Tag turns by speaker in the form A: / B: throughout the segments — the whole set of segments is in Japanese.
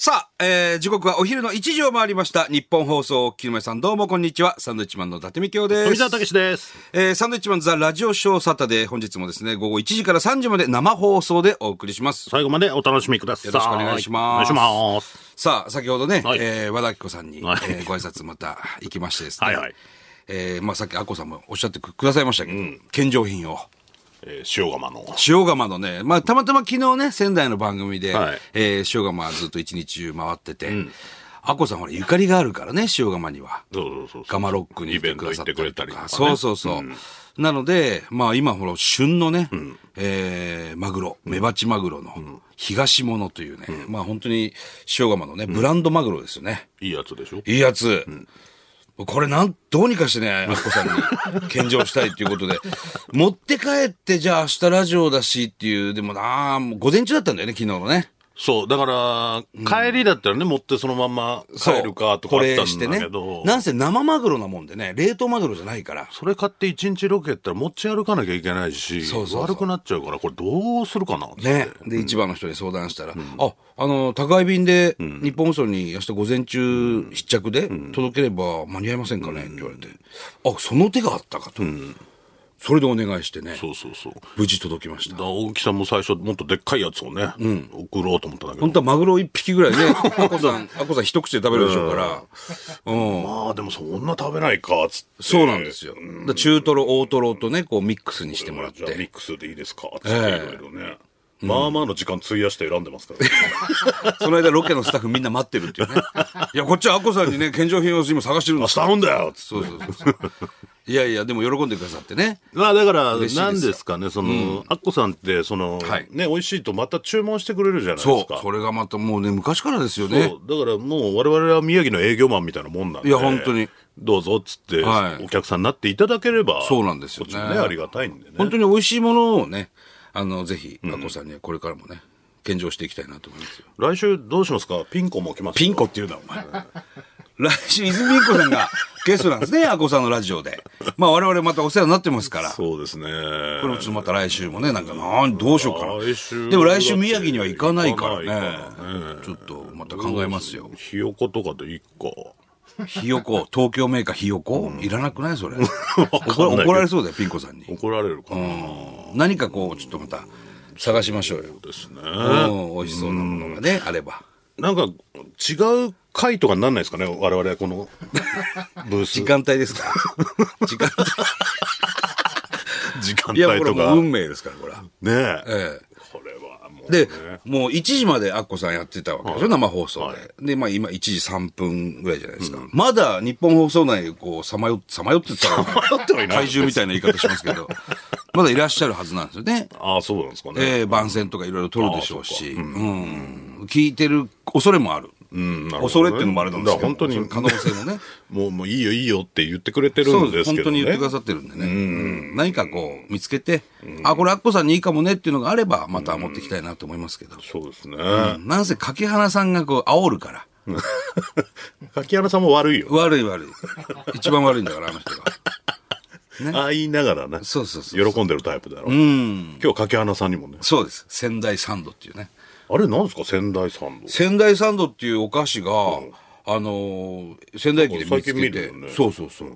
A: さあ、えー時刻はお昼の1時を回りました。日本放送、木上さんどうもこんにちは。サンドイッチマンの伊達美京です。
B: 富澤たけしです。
A: えーサンドイッチマンザラジオショーサタデー、本日もですね、午後1時から3時まで生放送でお送りします。
B: 最後までお楽しみください。
A: よろしくお願いします
B: お願いします。
A: さあ、先ほどね、
B: はい
A: えー和田アキ子さんに、
B: はい
A: えーご挨拶また行きましてですね、
B: はいはい
A: えーまあさっきアッコさんもおっしゃってくくださいましたけど、献上品を。
B: えー塩釜の。
A: 塩釜のね、まあ、たまたま昨日ね、仙台の番組で、
B: はい
A: えー塩釜ずっと一日中回ってて、アッコさんほら、ゆかりがあるからね、塩釜には。
B: そうそうそうそう。
A: ガマロックに
B: イ
A: 来
B: ベ
A: て
B: ン
A: く
B: ト
A: だ
B: 行
A: さった
B: って
A: り
B: くれ
A: と
B: たりと
A: か。
B: か。
A: そうそうそう。なので、まあ今ほら、旬のね、えーマグロ、メバチマグロの東物というね、まあ本当に塩釜のね、ブランドマグロですよね。
B: う。いいやつでしょ
A: いいやつ。これなん、どうにかしてね、アッコさんに献上したいっていうこと で、持って帰って、じゃあ明日ラジオだしっていう、でもなあ、もう午前中だったんだよね、昨日のね。
B: そう。だから、帰りだったらね、持ってそのまま帰るかとか
A: こ
B: あった
A: れし
B: ん
A: て
B: だ
A: ね
B: けど。。
A: なんせ生マグロなもんでね、冷凍マグロじゃないから。
B: それ買って一日ロケやったら持ち歩かなきゃいけないし、
A: そうそうそう
B: 悪くなっちゃうから、これどうするかなって。
A: ね。で、市場の人に相談したら、あ、あの、宅配便で、日本放送に明日午前中、必着で、届ければ間に合いませんかねって言われて、あ、その手があったかと。それでお願いしてね、
B: そうそうそう。だ
A: 無事届きました
B: か。ら大木さんも最初もっとでっかいやつをね、送ろうと思ったんだけ
A: 本
B: ど。
A: 当はマグロ一匹ぐらいね、 アコさん、アコさん一口で食べるでしょうから、うん。
B: まあでもそんな食べないか、つって。
A: そうなんですよ。だ中トロ、大トロとね、こうミックスにしてもらっ
B: じゃあミ
A: て。
B: ックスでいいですかつっていろいろね、まあまあの時間費やして選んでますから、ね、
A: その間ロケのスタッフみんな待ってるっていうね。いや、こっちはアコさんにね、献上品を今探してるん
B: 明
A: で
B: 日
A: す。
B: 頼んだよつって
A: そうそうそう。いやいや、でも喜んでくださってね。
B: まあだから
A: 嬉しいですよ
B: 何ですかねその、アッコさんってその、
A: はい
B: ね美味しいとまた注文してくれるじゃないで
A: そ
B: すか
A: う。それがまたもうね、昔からですよ
B: そう
A: ね。
B: だからもう我々は宮城の営業マンみたいなもんなんで
A: いや本当に
B: どうぞっつって、
A: はい
B: お客さんになっていただければ
A: そうなんですよね
B: こっちもねありがたいんでね
A: 本当に美味しいものをね、あの、ぜひ、アコさんにはこれからもね、献上していきたいなと思いますよ。
B: 来週どうしますかピンコも来ますよ
A: ピンコって言うな、お前。来週、泉ピンコさん がゲストなんですね、アコさんのラジオで。まあ、我々またお世話になってますから。こ
B: そうですね
A: れもちょっとまた来週もね、なんか、なんどうしようか
B: 来週
A: な。でも来週宮城には行かないから
B: 行かない
A: ね。ちょっとまた考えますよ。
B: ひよことかでいいか
A: ひよこ、東京メーカーひよこ、いらなくない それ。
B: けど
A: 怒ら怒られそうだよ、ピンコさんに。
B: 怒られるかな、
A: 何かこう、ちょっとまた探しましょうよ。
B: ですね
A: うん、美味しそうなものがね、あれば。
B: なんか違う回とかになんないですかね我々 このブース
A: 時間帯です か時間
B: 時間
A: 帯。いや、これもう運命ですから、これは。
B: ねえ
A: ええ。
B: これはもうね、
A: で、もう1時までアッコさんやってたわけでしょ、生放送で。で、まあ今1時3分ぐらいじゃないですか。まだ日本放送内でこう、さまよ、さまよってたら、
B: 迷ってはいない
A: 怪獣みたいな言い方します けど、まだいらっしゃるはずなんですよね。
B: ああそうなんですかね、
A: ええ番宣とかいろいろ撮るでしょうし、うん聞いてる恐れもある。
B: うんなるほ
A: 恐
B: どね
A: れっていうのもあれなんですけど、
B: だから本
A: そ
B: 当
A: の
B: に
A: 可能性もね。
B: もうもういいよいいよって言ってくれてる
A: そうで
B: ん
A: す
B: です
A: 本
B: け
A: 当
B: ど
A: に
B: ね
A: 言ってくださってるんでね、うん何かこう見つけて、あこれアッコさんにいいかもねっていうのがあればまた持ってきたいなと思いますけど、
B: そうですね、
A: うんなんせ柿花さんがこう煽るから
B: 柿原さんも悪いよ、
A: 悪い悪い一番悪いんだからあの人が
B: ああ言いながらね
A: そうそうそう
B: 喜んでるタイプだろ、
A: うん
B: 今日柿原さんにもね
A: そうです仙台サンドっていうね
B: あれなんですか仙台サンド
A: 仙台サンドっていうお菓子が、あのー仙台駅で見つ
B: 最近見
A: け
B: る
A: て、
B: よね
A: そうそうそう、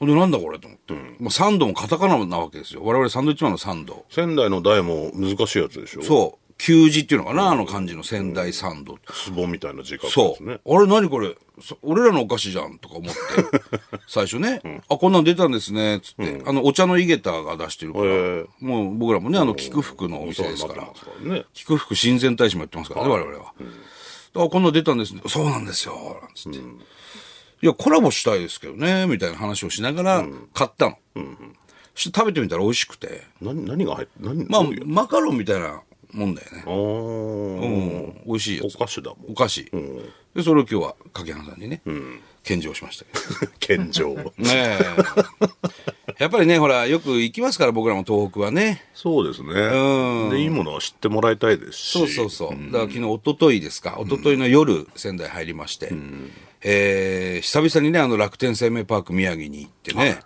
A: ほんでなんだこれと思って、まあ、サンドもカタカナなわけですよ我々サンドイッチマンのサンド
B: 仙台の台も難しいやつでしょう
A: そう給仕っていうのかな、あの感じの仙台サンド、
B: 壺みたいな字覚で
A: そ
B: す
A: う、
B: ね
A: あれ何これそ俺らのお菓子じゃんとか思って 最初ね、あこんなん出たんですねっつって、あのお茶の井桁が出してるから、
B: へえ
A: もう僕らもねあの菊福のお店ですから
B: そうなってますからね
A: 菊福親善大使もやってますからね、我々は。あ、こんなの出たんですね。そうなんですよ。なんつって。いや、コラボしたいですけどね、みたいな話をしながら買ったの。そして食べてみたら美味しくて。
B: 何何が入って何
A: まあ
B: どういう、
A: マカロンみたいなもんだよね。
B: あー
A: うん、美味しいや
B: お
A: つ。
B: 菓子だも
A: お
B: ん
A: 菓子。で、それを今日は、かけはんさんにね、献上しましたけど。
B: 献上
A: ねえ。 やっぱりね、ほら、よく行きますから、僕らも東北はね。
B: そうですね
A: う
B: でいいものは知ってもらいたいですし
A: そうそうそう。だから昨日、一昨日ですか、一昨日の夜、仙台入りまして、えー久々にね、あの楽天生命パーク宮城に行ってね、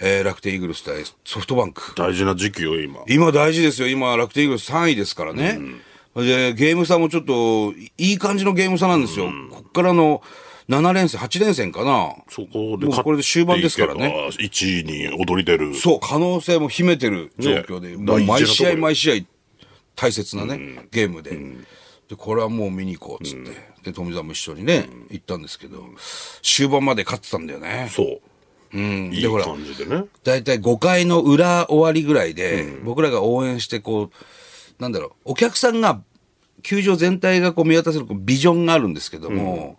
A: えー楽天イーグルス対ソフトバンク。
B: 大事な時期よ今
A: 今大事ですよ。今、楽天イーグルス3位ですからね。で、ゲーム差もちょっと、いい感じのゲーム差なんですよ。こっからの7連戦、8連戦かな。
B: そこで
A: もうこれで終盤ですからね。
B: 勝っていけば1位に踊り出る。
A: そう、可能性も秘めてる状況で、
B: ね
A: もう
B: 大事なとこ
A: 毎試合
B: よ
A: 毎試合大切なね、ゲームで、で、これはもう見に行こうっつって、で、富澤も一緒にね、行ったんですけど、終盤まで勝ってたんだよね。
B: そう。
A: うん。
B: い
A: で、
B: い
A: ほら、
B: 感じでね。
A: 大体5回の裏終わりぐらいで、僕らが応援してこうなんだろうお客さんが球場全体がこう見渡せるこうビジョンがあるんですけども、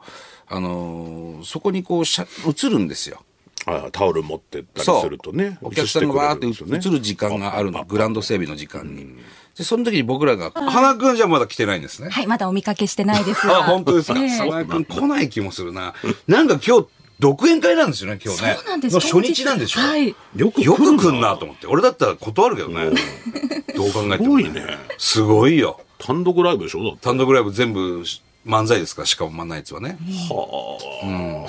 A: あのーそこにこうしゃ映るんですよ。
B: あタオル持ってったり
A: そう
B: するとね。
A: お客さんがわーって
B: 映してくれるんです
A: 映
B: よね
A: る時間があるの、グラウンド整備の時間に。で、その時に僕らが、花くんじゃまだ来てないんですね。
C: はい、まだお見かけしてないですが。
A: あ、本当ですか。
C: ねえ
A: 花くん来ない気もするな。なんか今日、独演会なんですよね、今日ね。
C: そうなんです
A: の初日なんでしょ。
C: はい
A: よく、よく来んなと思って。俺だったら断る けどね。どう考えても、
B: すごいね。
A: すごいよ。
B: 単独ライブでしょだって
A: 単独ライブ全部漫才ですから、しかもマンナイツはね。うん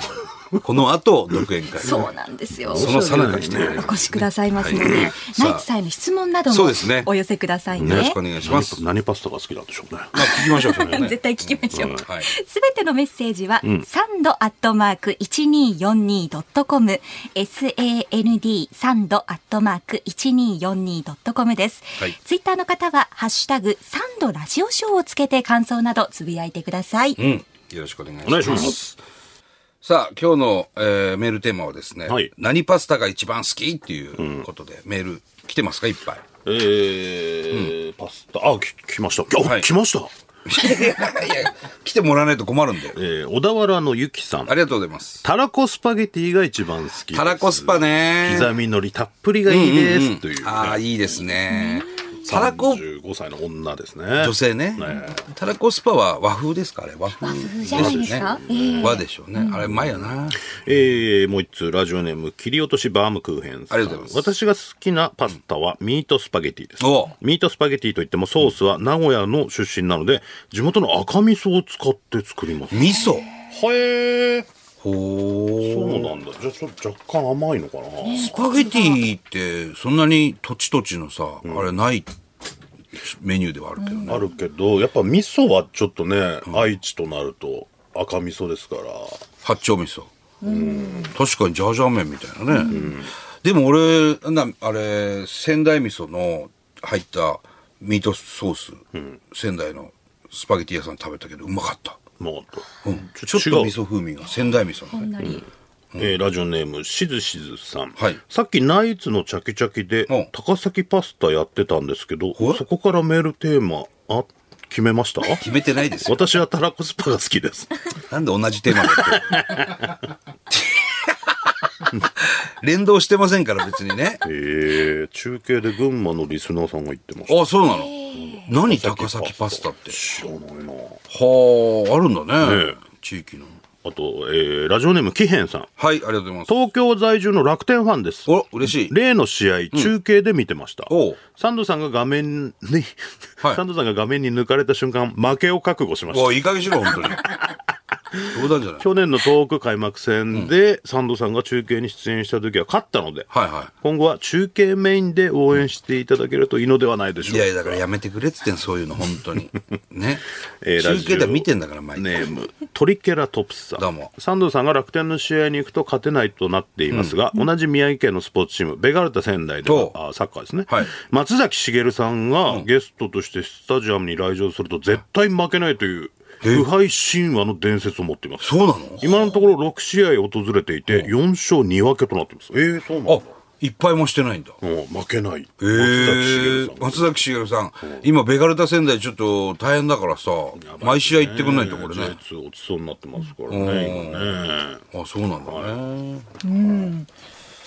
A: この後、独演会。
C: そうなんですよ。
A: そのさなか来てくれる
C: お越しくださいますので、ナイツさんへの質問など
A: そう
C: も
A: ですね
C: お寄せくださいね。
A: よろしくお願いします。
B: 何パスタが好きなんでしょうね。
A: まあ、聞きましょう、それはね
C: 絶。対聞きましょう。
A: はい
C: すべてのメッセージは、サンドアットマーク 1242.com、sand サンドアットマーク 1242.com です。
A: はい
C: ツイッターの方は、ハッシュタグ、サンドラジオショーをつけて感想などつぶやいてください。
A: うん。よろしくお願いし
B: お願
A: ま。
B: いします
A: さあ、今日の、えーメールテーマはですね、
B: はい
A: 何パスタが一番好きっていうことで、メール来てますかいっぱい。
B: えーパスタ、あ、き来ました。あ、
A: はい
B: 来ました。
A: いやいや、来てもらわないと困るんで。
B: えー小田原のゆきさん
A: あ。りがとうございます。
B: たらこスパゲティが一番好きです。
A: たらこスパね。
B: 刻み海苔たっぷりがいいです。という、ね。
A: ああ、いいですね。たらこ、
B: 35歳の女ですね。
A: 女性ね。たらこスパは和風ですかあれ和風
C: 風
A: です
C: じ
A: よね。
C: ゃないですかええ
A: 和でしょうね。あれ、うまいよな。
B: えー、もう一通、ラジオネーム、切り落としバームクーヘンさ
A: あ
B: ん。
A: りがとうございます
B: 私が好きなパスタは、ミートスパゲティです
A: お。
B: ミートスパゲティといっても、ソースは名古屋の出身なので、地元の赤味噌を使って作ります。
A: 味噌。
B: へえ。
A: ほー。
B: そうなんだ。じゃあ、ちょっと若干甘いのかな。
A: スパゲティってそんなに土地土地のさ、あれないメニューではあるけどね、
B: あるけど、やっぱ味噌はちょっとね、愛知となると赤味噌ですから。
A: 八丁味噌、確かにジャージャー麺みたいなね、でも俺なんだあれ仙台味噌の入ったミートソース、仙台のスパゲティ屋さんで食べたけどうまかった、
B: もう、
A: うん、
B: ち
A: ち
B: ょ
A: ょ
B: っ
A: っ
B: と
A: と味噌風味が仙台味噌
C: ほ
A: の
C: ん
A: ね
C: のり。
B: えーラジオネームしずしずさん、
A: はい
B: さっきナイツのチャキチャキで
A: うん
B: 高崎パスタやってたんですけど
A: ほい
B: そこからメールテーマあ決めました
A: 決めてない ですよ
B: 私はたらこスパが好 きです
A: なんで同じテーマだって 連動してませんから別にね
B: えー、中継で群馬のリスナーさんが言ってました
A: あそうなの何高崎パスタって
B: 知らないな
A: はああるんだね
B: ねえ
A: 地域の
B: あと、えーラジオネームきへんさん
A: はいありがとうございます
B: 東京在住の楽天ファンです
A: お嬉しい
B: 例の試合、中継で見てました
A: おう。
B: サンドさんが画面に、
A: はい
B: サンドさんが画面に抜かれた瞬間、負けを覚悟しました
A: お。いい加減しろ 本当に冗談じゃない
B: 去年の東北開幕戦で、サンドさんが中継に出演した時は勝ったので、
A: はいは
B: 今後は中継メインで応援していただけるといいのではないでしょ
A: いうい
B: か。
A: やいやだからやめてくれっつってんそういうの本当 にね
B: えーラジ
A: 中継
B: オ
A: では見てんだから毎回
B: ネームトリケラトプスさん
A: どうも
B: サンドさんが楽天の試合に行くと勝てないとなっていますが、同じ宮城県のスポーツチームベガルタ仙台で
A: そう
B: はあサッカーですね、
A: はい
B: 松崎しげるさんがゲストとしてスタジアムに来場すると絶対負けないという不敗神話の伝説を持っています
A: そうなの
B: 今のところ6試合訪れていて、4勝2分けとなってます。ええそうなんだ
A: あいっぱいもしてないんだ
B: うん負けない。
A: えー、松崎しげるさん、今、ベガルタ仙台ちょっと大変だからさ、毎試合行ってくんないと、これ
B: ジャイ
A: ね。
B: ツ落ちそうになってますからね、今ね。
A: あ、そうなんだね。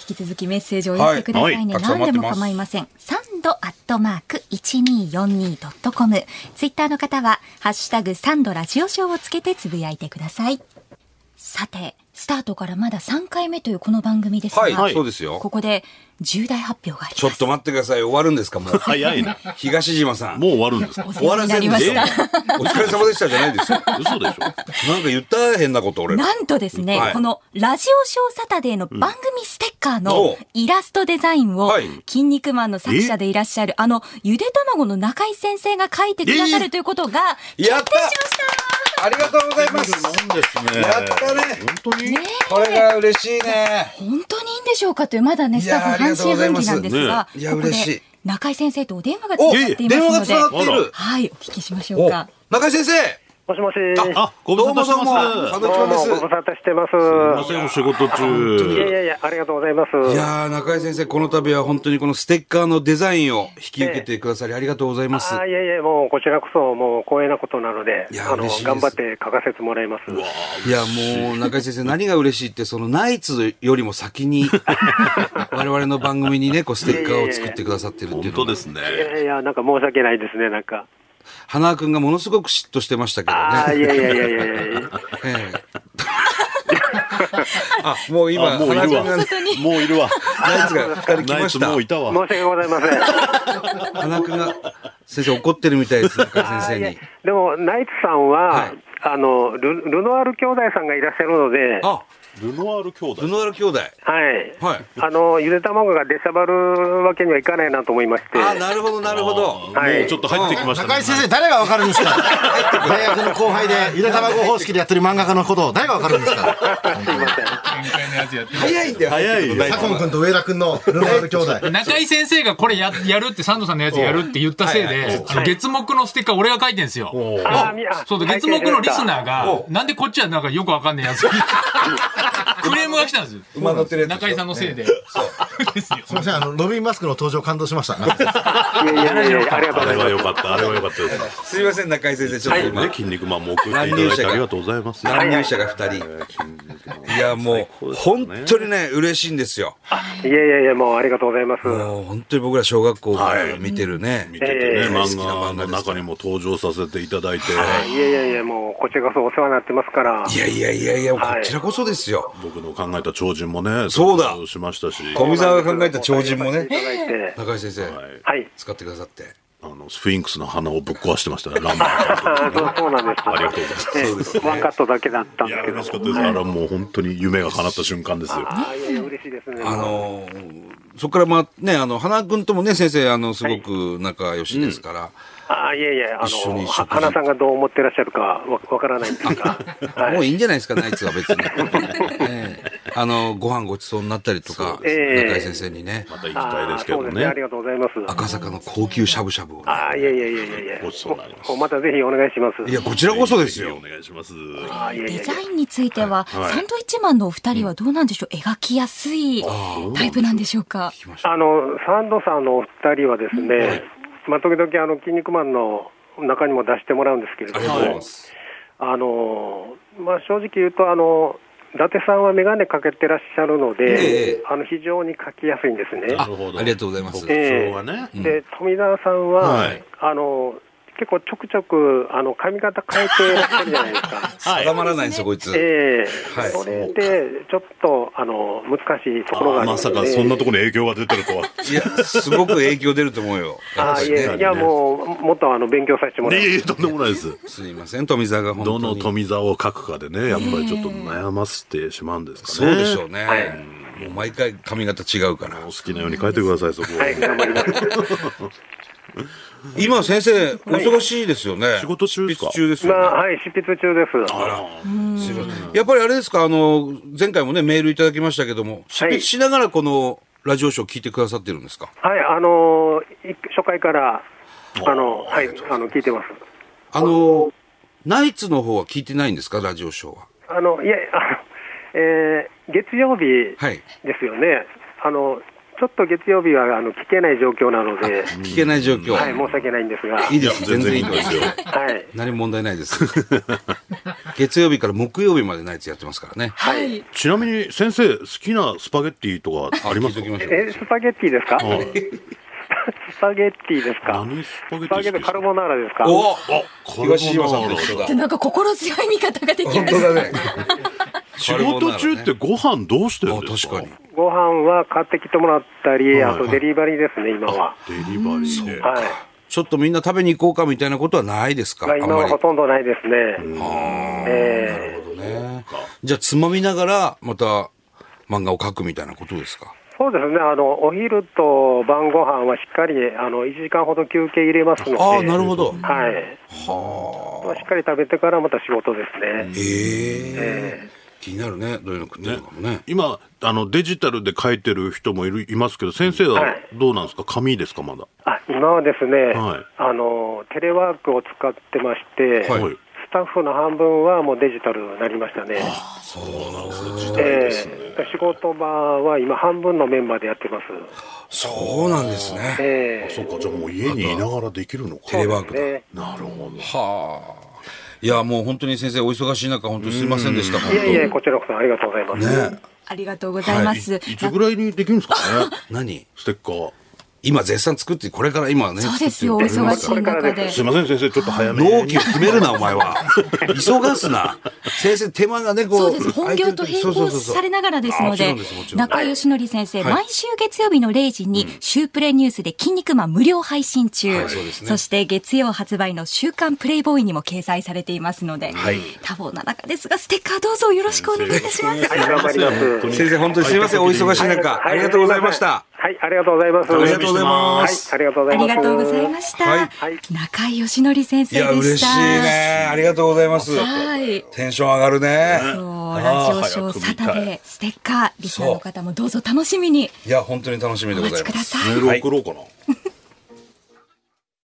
C: 引き続きメッセージをお寄せくださいね。
A: はいはい
C: 何でも構いません。サンドアットマーク 1242.com。ツイッターの方は、ハッシュタグサンドラジオショーをつけてつぶやいてください。さて、スタートからまだ3回目というこの番組ですが、
A: はいはいそうですよ
C: ここで重大発表があります。
A: ちょっと待ってください。終わるんですか、もう。
B: 早いな。
A: 東島さん。
B: もう終わるんですか
C: お
A: 終
C: 世
A: わ
C: 話
A: ら
C: にな
A: せん
C: り
A: で
C: まし
A: す
C: た。
A: お疲れ様でしたじゃないですよ。
B: 嘘でしょ
A: なんか言った変なこと俺ら。
C: なんとですね、
A: はい
C: このラジオショーサタデーの番組ステッカーのイラストデザインを
A: はい、
C: 筋肉マンの作者でいらっしゃる、あの、ゆで卵の中井先生が書いてくださ
A: えー
C: るということが、決定し
A: や
C: ま
A: っ
C: した
A: ありがとうございます。
B: ですね
A: やったね
B: 本当に、
C: ねえ
A: これが嬉しいね。
C: 本当にいいんでしょうかという、まだね、
A: い
C: ス
A: や
C: タ
A: ー
C: ッフ半信半疑なんですが、
A: ありが
C: こと
A: う
C: こ
A: ご
C: で
A: ざいますねいや嬉しい
C: 中井先生とお電話がつな
A: お、
C: がっています
A: 電話が
C: の
A: つ
C: で、
A: ながっている。
C: はい、お聞きしましょ
A: お
C: うか。、
A: 中井先生。
D: もしもし。
B: あご無
A: どう
B: 沙
A: も
B: 汰して
A: どうも。
B: ま
A: サンド
B: す
A: ウィッチマンで
D: どうもご無
A: す。
D: 沙汰してます。
B: すいませんお仕事
D: いやい
B: 中
D: やいや、ありがとうございます。
A: いやー、中井先生、この度は本当にこのステッカーのデザインを引き受けてくださりありがとうございます。
D: あいやいや、もうこちらこそ、もう光栄なことなので、
A: いや
D: あの
A: 嬉しいです
D: 頑張って書かせてもらいます。
A: いや、もう、中井先生、何が嬉しいって、そのナイツよりも先に、我々の番組にね、こう、ステッカーを作ってくださってるっていう
B: 本
A: の
B: 当
A: が
B: ですね
D: いやいや、なんか申し訳ないですね、なんか。
A: 花輪くんがものすごく嫉妬してましたけ
D: ああ、
A: ど
D: い
A: ね。
D: やいやいやいやいや。
A: ええ あ、もう今、
B: あもうい
A: 花輪
B: る
A: くん
B: わ
A: が、
B: もういるわ
A: ナイツが2人来
B: ナイ
A: ま
B: ツ
A: し
B: もうい
A: た。
B: たわ
D: 申し訳ございません。
A: 花輪くんが、先生怒ってるみたいです、中井
D: あ
A: 先
D: い
A: 生
D: や
A: に。
D: でも、ナイツさんは、
A: はい
D: あのル、ルノアール兄弟さんがいらっしゃるので、
A: あ、
D: は
B: ルノワール兄弟
A: ルノアール兄弟。
D: い。
A: はい。
D: あの、ゆで卵が出しゃばるわけにはいかないなと思いまして。
A: あ、なるほど、なるほど。
D: はい
B: もうちょっと入ってきましたね
E: 中井先生、誰がわかるんで すか大学の後輩で、ゆで卵方式でやってる漫画家のことを誰がわかるんで すか
A: 早いんだよ、入ってくるのナイツは
B: 早いよ
E: 佐藤君と上田君のルナール兄弟。
F: 中井先生がこれや やるって、サンドさんのやつやるって言ったせいで、あの月目のステッカー俺が書いてんですよ。
D: あみあ
F: そうで、月目のリスナーが
A: お、
F: なんでこっちはなんかよくわかんな いやつ。クレームが来たんですよ。
A: 馬乗ってるやつでしょ
F: 中井さんのせいで。 ですよ。
E: すみません、あの、ロビンマスクの登場感動しました。
D: いやいやいやいや、ありがと
B: あ
D: うござ
B: れ
D: います
B: は。良かったあれは良かったです
A: すいません、中井先生、ちょっと今
B: ね。筋肉マンも送っていただいてありがとうございます
A: 乱入者が2人。いや、もう、本当にね、嬉しいんですよ。
D: いやいやいや、もうありがとうございます。
A: もう、本当に僕ら小学校から見てるね。
B: 見ててね、
D: ええ
B: 漫画の中にも登場させていただいて、
D: いやいやいや、もうこちらこそお世話になってますから。
A: いやいやいやいや、こ
D: はい
A: ちらこそですよ。
B: 僕の考えた超人もね、
A: そうだ
B: 登場しましたし、
A: 小見沢が考えた超人もね
D: い、ただいて
A: 中井先生、
D: はい。
A: 使ってくださって。
B: あの、スフィンクスの鼻をぶっ壊してましたね、ランバーさ
D: あ
B: んと
D: そう
B: か
D: そうなんです。
B: ありがとうございます
D: ええ
A: そうですね
D: ワンカットだけだったん
B: い
D: で
B: や、
D: すけど
B: 嬉しかったです。あれはもう本当に夢が叶った瞬間ですよ。
D: ああ、いやいや、嬉しいですね。
A: あのー、そこからまあ、ね、あの、花君ともね、先生、あの、すごく仲良しですから。
D: ああ、いやいや、あ
A: 一緒
D: の、
A: に食事
D: は花さんがどう思ってらっしゃるかわわからないんですが。はい
A: もういいんじゃないですか、ナイツは別に。 ええあの、ご飯ごちそうになったりとか、
D: すね
A: 中井先生にね、
B: また行きたい
D: あ
B: で
D: あ
B: すけ
D: そう
B: ど
D: ですね。あ
B: ね
D: り。がとうございます。
A: 赤坂の高級しゃぶしゃぶをね、
D: ああ、いやいやいやいやいや。
B: ごちそうになります
D: おおまたぜひお願いします。
A: いや、こちらこそですよ
B: お。願いします。
D: ああいやい
C: デ
D: やい
C: ザ
D: や。
C: インについては、サンドイッチマンのお二人はどうなんでしょう描きやすいタイプなんでしょうか
D: あの、サンドさんのお二人はですね、まあ、時々、あの、筋肉マンの中にも出してもらうんですけれど
A: ありがとうござい
D: も
A: ま、す。
D: あのまあ、正直言うとあの、伊達さんは眼鏡かけてらっしゃるので、
A: ええ
D: あの非常に描きやすいんですね。
B: なるほど。
A: ありがとうございます
B: 特徴はね。
D: で富澤さんは、
B: はい
D: あの結構ちょくちょくあの髪型変えてらっしゃるじゃないですか。
B: はい
A: 定まらないんですよ、こいつ。
D: ええ
A: はい
D: それでちょっとあの難しいところがあ
B: あ
D: るの
B: ま
D: で
B: さかそんなところに影響が出てるとは。
A: いや、すごく影響出ると思うよ。やっ
D: あ
A: ぱ
D: あい
A: りね
D: やいやもうもっとあの勉強させても
B: い
D: ら
B: や
D: う
B: いやとんでもないです。
A: すいません、富澤が本当
B: ど
A: に。
B: の富沢を書くかでね、やっぱりちょっと悩ませてしまうんですか
A: そ
B: ね。
A: うでしょうね。
D: はい
A: もう毎回髪型違うから
B: お好。きなように書いてください、そこ
D: はい頑張ります。
A: 今、先生、お忙しいですよね。
B: 仕事中ですか
A: 執筆中です
D: ま
A: よ
D: あ
A: ね。
D: はい執筆中です。
A: すいませんやっぱりあれですか、あの、前回もね、メールいただきましたけども、執筆しながらこのラジオショー聞いてくださってるんですか
D: はいあのい初回からあのはいあの聞いてます。
A: あの、ナイツの方は聞いてないんですかラジオショーは。
D: あの、いや、あの、えー月曜日
A: はい。
D: ですよね。あの、ちょっと月曜日は、あの、聞けない状況なので、
A: 聞けない状況。
D: はい、申し訳ないんですが、はい
A: い
D: い。
A: です。全然いいですよ。
D: はい。
A: 何も問題ないです。月曜日から木曜日までナイツやってますからね。
C: はい
B: ちなみに先生、好きなスパゲッティとかあります
A: 聞いときましょう
D: え、スパゲッティですか
B: はい
D: スパゲッティですか
B: 何スパゲッティ
D: スパ
B: 好き
D: ゲッ
B: です
D: テ
B: か
D: ィカルボナーラですか
A: お
B: これも
A: 東島さんと一緒だ
C: で。なんか心強い味方ができま
A: 本
C: し
A: 当
C: た
A: だね。
B: 仕事中ってご飯どうしてる
A: あ
B: んです
A: 確
B: か
A: かに。
D: ご飯は買ってきてもらったり、
B: はい
D: あとデリバリーですね、今は。
B: デリバリーで。
D: はい。
A: ちょっとみんな食べに行こうかみたいなことはないですか
D: ま
A: あ
D: あ、
A: ん
D: 今
A: ま
D: は
A: り
D: ほ。とんどないですね。ええ
A: ねじゃあつまみながらまた漫画を描くみたいなことですか。
D: そうですね、あのお昼と晩ご飯はしっかりあの1時間ほど休憩入れますので、
A: ああ、なるほど。
D: はい、はしっかり食べてからまた仕事ですね。
A: ええ気になるね、どういうの食ってるのかもね。
B: 今あのデジタルで書いてる人もいるいますけど先生は
D: はい
B: どうなんですか紙ですかまだ
D: あ今はですね、
B: はい
D: あの、テレワークを使ってまして、
A: はい
B: はい
D: スタッフの半分はもうデジタルになりましたね。そうなんですね。仕事場は今、半分のメンバーでやってます。
A: そうなんですね。
D: ええ
B: そうかじゃあもう家にいながらできるのか
A: テレワークだ。
D: ね
B: なるほど
A: はあ。いや、もう本当に先生、お忙しい中、本当にすいませんでした。
D: いえいえ、
A: 本
D: こちらこそありがとうございます。
A: 当ね
C: ありがとうございます。
B: いいつぐらいにできるんですかね
A: 何
B: ステッカー
A: 今絶賛作って、これから今ね。
C: そうですよ、お
A: 作ってる
C: 忙しい中で。
B: すいません先生ちょっと早めに
A: 納期を決めるな、お前は。急がすな。先生、手間がね、こう。
C: そうです。本業と並行されながらですので
A: そうそうそうそうあもちろんですもちろん
C: 中井義則先生、
A: はい
C: 毎週月曜日の0時に、週プレイニュースで筋肉マン無料配信中、
A: はいそうですね
C: そして月曜発売の週刊プレイボーイにも掲載されていますので、
A: はい
C: 多忙な中ですが、ステッカーどうぞよろしくお願いいたします。
D: 頑張ります。
A: 先生、本当にすいません、お忙しい中。ありがとうございました。
D: はい、ありがとうございます。
A: ありがとうございま
D: はい
A: す。、
D: ありがとうござ
C: あ
D: いま
C: り
D: す。
C: がとうございました。
A: はい
D: はい
C: 中井義則先
A: い
C: 生でし
A: や、
C: た。
A: 嬉しいね。ありがとうございます。
C: はい。
A: テンション上がるね。
C: そう
B: あー
C: ラジオショーサタ
B: 早く見
C: デーステッカーリスナーの方もどうぞ楽しみに
A: いや、本当に楽しみで
C: お
A: ござ
C: 待ち
A: いま
C: く
A: す
C: だ。さい
B: メール送ろうかな